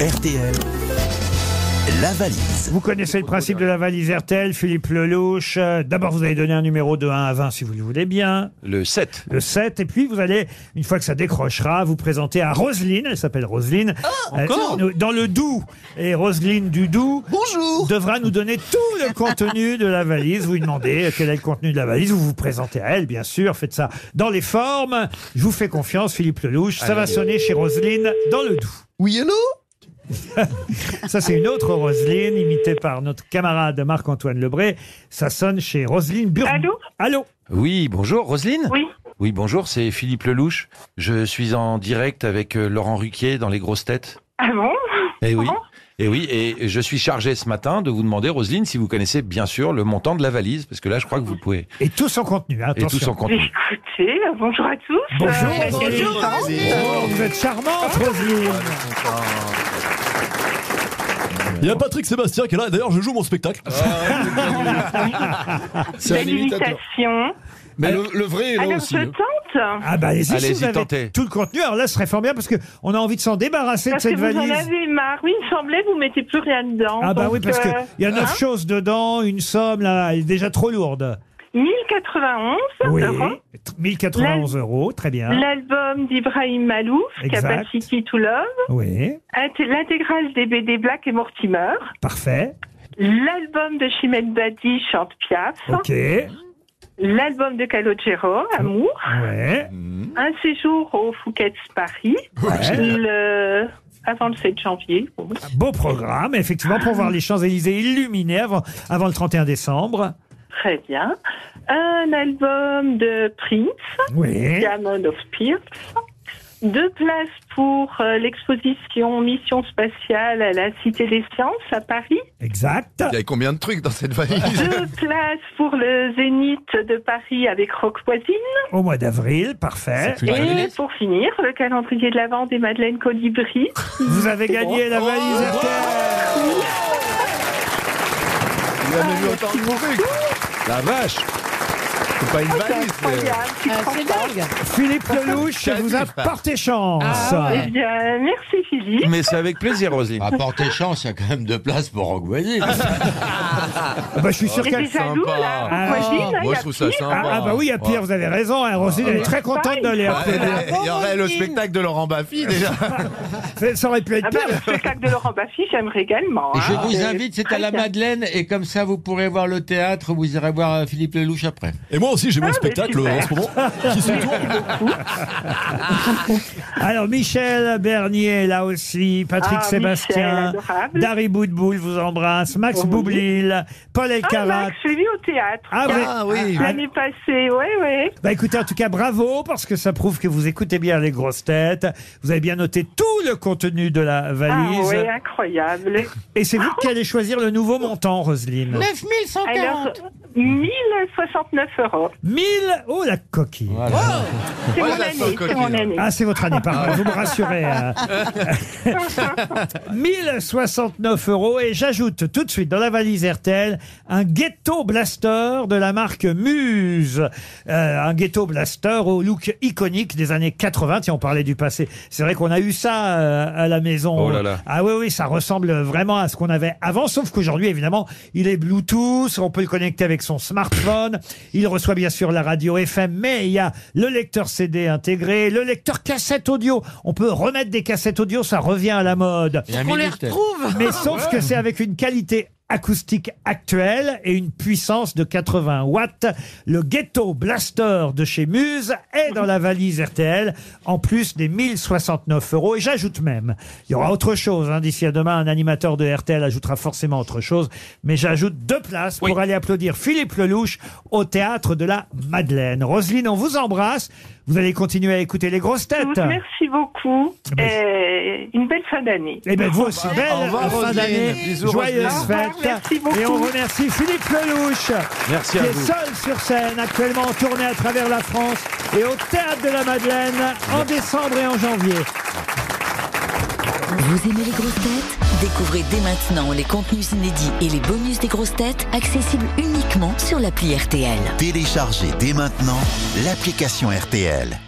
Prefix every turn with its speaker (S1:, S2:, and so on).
S1: RTL. La valise.
S2: Vous connaissez le principe de la valise RTL, Philippe Lelouch. Euh, D'abord, vous allez donner un numéro de 1 à 20 si vous le voulez bien,
S3: Le 7.
S2: le 7. Et puis, vous allez, une fois que ça décrochera, vous présenter à Roselyne. Elle s'appelle Roselyne. Euh, nous- Dans le Doubs. Et Roselyne du Doubs devra nous donner tout le contenu de la valise. Vous lui demandez euh, quel est le contenu de la valise. Vous vous présentez à elle, bien sûr. Faites ça dans les formes. Je vous fais confiance, Philippe Lelouch. Ça va sonner chez Roselyne dans le Doubs.
S4: Oui, allô
S2: Ça, c'est une autre Roselyne, imitée par notre camarade Marc-Antoine Lebré. Ça sonne chez Roselyne Burn.
S5: Allô
S2: Allô
S3: Oui, bonjour, Roselyne
S5: Oui.
S3: Oui, bonjour, c'est Philippe Lelouch. Je suis en direct avec euh, Laurent Ruquier dans Les Grosses Têtes.
S5: Ah bon
S3: Eh oui.
S5: Laurent
S3: Eh oui, et je suis chargé ce matin de vous demander, Roselyne, si vous connaissez bien sûr le montant de la valise, parce que là, je crois que vous pouvez.
S2: Et tout son contenu, hein,
S3: Et
S2: attention.
S3: tout son contenu.
S5: Écoutez, euh, bonjour à tous.
S2: Bonjour,
S5: Euh,
S2: Roselyne. Oh, vous êtes charmante, Roselyne
S4: Il y a Patrick Sébastien qui est là. D'ailleurs, je joue mon spectacle.
S6: C'est un
S5: belle
S6: imitateur.
S5: imitation. Ah,
S6: Mais le, le vrai est là
S5: Alors,
S6: aussi. hein.
S5: je tente.
S2: Ah bah allez-y, si
S3: Allez-y,
S2: vous avez
S3: tentez.
S2: tout le contenu. Alors là, ce serait fort bien, parce qu'on a envie de s'en débarrasser
S5: Parce
S2: de
S5: que
S2: cette
S5: vous
S2: valise.
S5: en avez marre. Oui, il me semblait que vous mettez plus rien dedans.
S2: Ah bah
S5: Donc,
S2: oui, parce
S5: euh,
S2: qu'il y a neuf choses dedans, une somme, là, elle est déjà trop lourde.
S5: 1091
S2: Oui,
S5: euros.
S2: 1091 euros, très bien.
S5: L'album d'Ibrahim Malouf,
S2: Exact.
S5: Capacity to Love.
S2: Oui,
S5: Int- L'intégrale des BD Black et Mortimer.
S2: parfait,
S5: L'album de Chimène Badi, Chante Piaf.
S2: ok,
S5: L'album de Calogero, Amour.
S2: ouais,
S5: Un séjour au Fouquet's Paris.
S2: ouais.
S5: Le... Avant le 7 janvier. Oh, Bon.
S2: Beau programme, effectivement, pour voir les Champs-Élysées illuminés avant, avant le 31 décembre.
S5: Très bien. Un album de Prince,
S2: Oui.
S5: Diamond of Pierce. Deux places pour euh, l'exposition Mission spatiale à la Cité des Sciences à Paris.
S2: Exact.
S6: Il y a combien de trucs dans cette valise
S5: Deux places pour le Zénith de Paris avec Rock Voisine.
S2: Au mois d'avril, parfait.
S5: Et pour finir, le calendrier de l'Avent des Madeleines Colibri.
S2: Vous avez gagné la
S5: Oh,
S2: valise RTL.
S6: Il a même eu autant de trucs.
S3: La vache
S6: C'est pas une valise. mais-
S5: Incroyable, tu
S7: Ah,
S5: prends
S7: c'est
S5: ça.
S7: dingue.
S2: Philippe Lelouch
S6: Salut,
S2: vous a
S6: Stéphane.
S2: porté chance.
S7: Ah ouais.
S5: Eh bien, merci Philippe.
S3: Mais c'est avec plaisir, Roselyne.
S6: Ah,
S8: À porter chance, il y a quand même de place pour Rock Voisine.
S2: Ah bah, je suis sûr
S5: Et
S2: qu'elle...
S5: t'es jaloux,
S6: sympa.
S5: là,
S2: Ah.
S5: Rock Voisine, hein,
S6: Moi,
S5: y
S6: je
S5: a
S6: trouve ça
S5: pire.
S2: Ah,
S6: sympa.
S2: ah bah oui, à Pierre, vous avez raison. hein, Rosine, elle est très contente de les
S5: Ah,
S6: Ouais,
S2: RTL.
S6: Il y aurait le spectacle de Laurent Baffy déjà.
S2: Ça aurait pu être
S5: Ah bah, le
S2: pire.
S5: spectacle de Laurent Baffy, j'aimerais également.
S8: Ah, Et
S5: hein.
S8: je vous
S5: C'est
S8: invite, c'est à
S5: très
S8: la
S5: bien.
S8: Madeleine, et comme ça vous pourrez voir le théâtre, vous irez voir euh, Philippe Lelouch après.
S4: Et moi aussi, j'ai mon
S5: mais
S4: spectacle euh,
S5: super.
S4: en ce moment qui se tourne.
S2: Alors, Michel Bernier, là aussi, Patrick
S5: Ah,
S2: Sébastien,
S5: Michel, adorable. Oh,
S2: Dari Boudboul vous embrasse, Max
S5: Oui.
S2: Boublil, Paul
S5: Ah,
S2: Elkarat.
S5: Max, je l'ai vu au théâtre.
S2: Ah, oui.
S6: oui.
S5: L'année passée, ouais, ouais.
S2: Bah écoutez, en tout cas, bravo, parce que ça prouve que vous écoutez bien les grosses têtes. Vous avez bien noté tout le contenu de la
S5: Ah,
S2: valise.
S5: ouais, incroyable.
S2: Et c'est vous qui allez choisir le nouveau montant, Roselyne.
S5: Alors, 1069 euros.
S2: 1000 Oh, la coquille
S5: C'est
S6: Ouais,
S5: mon
S6: la
S5: année,
S6: coquille,
S5: c'est mon
S6: hein.
S5: année.
S2: Ah, c'est votre année, pardon, vous me rassurez. hein. 1069 euros et j'ajoute tout de suite dans la valise RTL un ghetto blaster de la marque Muse. Euh, un ghetto blaster au look iconique des années 80, si on parlait du passé. C'est vrai qu'on a eu ça euh, à la maison.
S3: Oh là là.
S2: Ah oui, oui, ça ressemble vraiment à ce qu'on avait avant, sauf qu'aujourd'hui, évidemment, il est Bluetooth, on peut le connecter avec son smartphone, il reçoit bien sûr la radio FM, mais il y a le lecteur CD intégré, le lecteur cassette audio. On peut remettre des cassettes audio, ça revient à la mode.
S8: Il y a un
S7: On les
S8: Minitel.
S7: retrouve.
S2: Mais sauf que c'est avec une qualité acoustique actuelle et une puissance de 80 watts. Le Ghetto Blaster de chez Muse est dans la valise RTL, en plus des 1069 euros. Et j'ajoute même, il y aura autre chose, hein, d'ici à demain, un animateur de RTL ajoutera forcément autre chose, mais j'ajoute deux places pour aller applaudir Philippe Lelouch au Théâtre de la Madeleine. Roselyne, on vous embrasse. Vous allez continuer à écouter les grosses
S5: Je vous
S2: têtes.
S5: remercie beaucoup et une belle fin d'année.
S2: Eh bien, vous aussi, belle
S6: Au revoir,
S2: fin
S6: Roselyne.
S2: d'année,
S6: Bisous,
S2: joyeuse
S5: Roselyne. Au revoir,
S2: fête.
S5: merci beaucoup.
S2: Et on remercie Philippe Lelouch,
S3: Merci
S2: qui
S3: à
S2: est
S3: vous.
S2: seul sur scène, actuellement en tournée à travers la France et au Théâtre de la Madeleine en décembre et en janvier.
S9: Vous aimez les grosses têtes Découvrez dès maintenant les contenus inédits et les bonus des grosses têtes accessibles uniquement sur l'appli RTL.
S1: Téléchargez dès maintenant l'application RTL.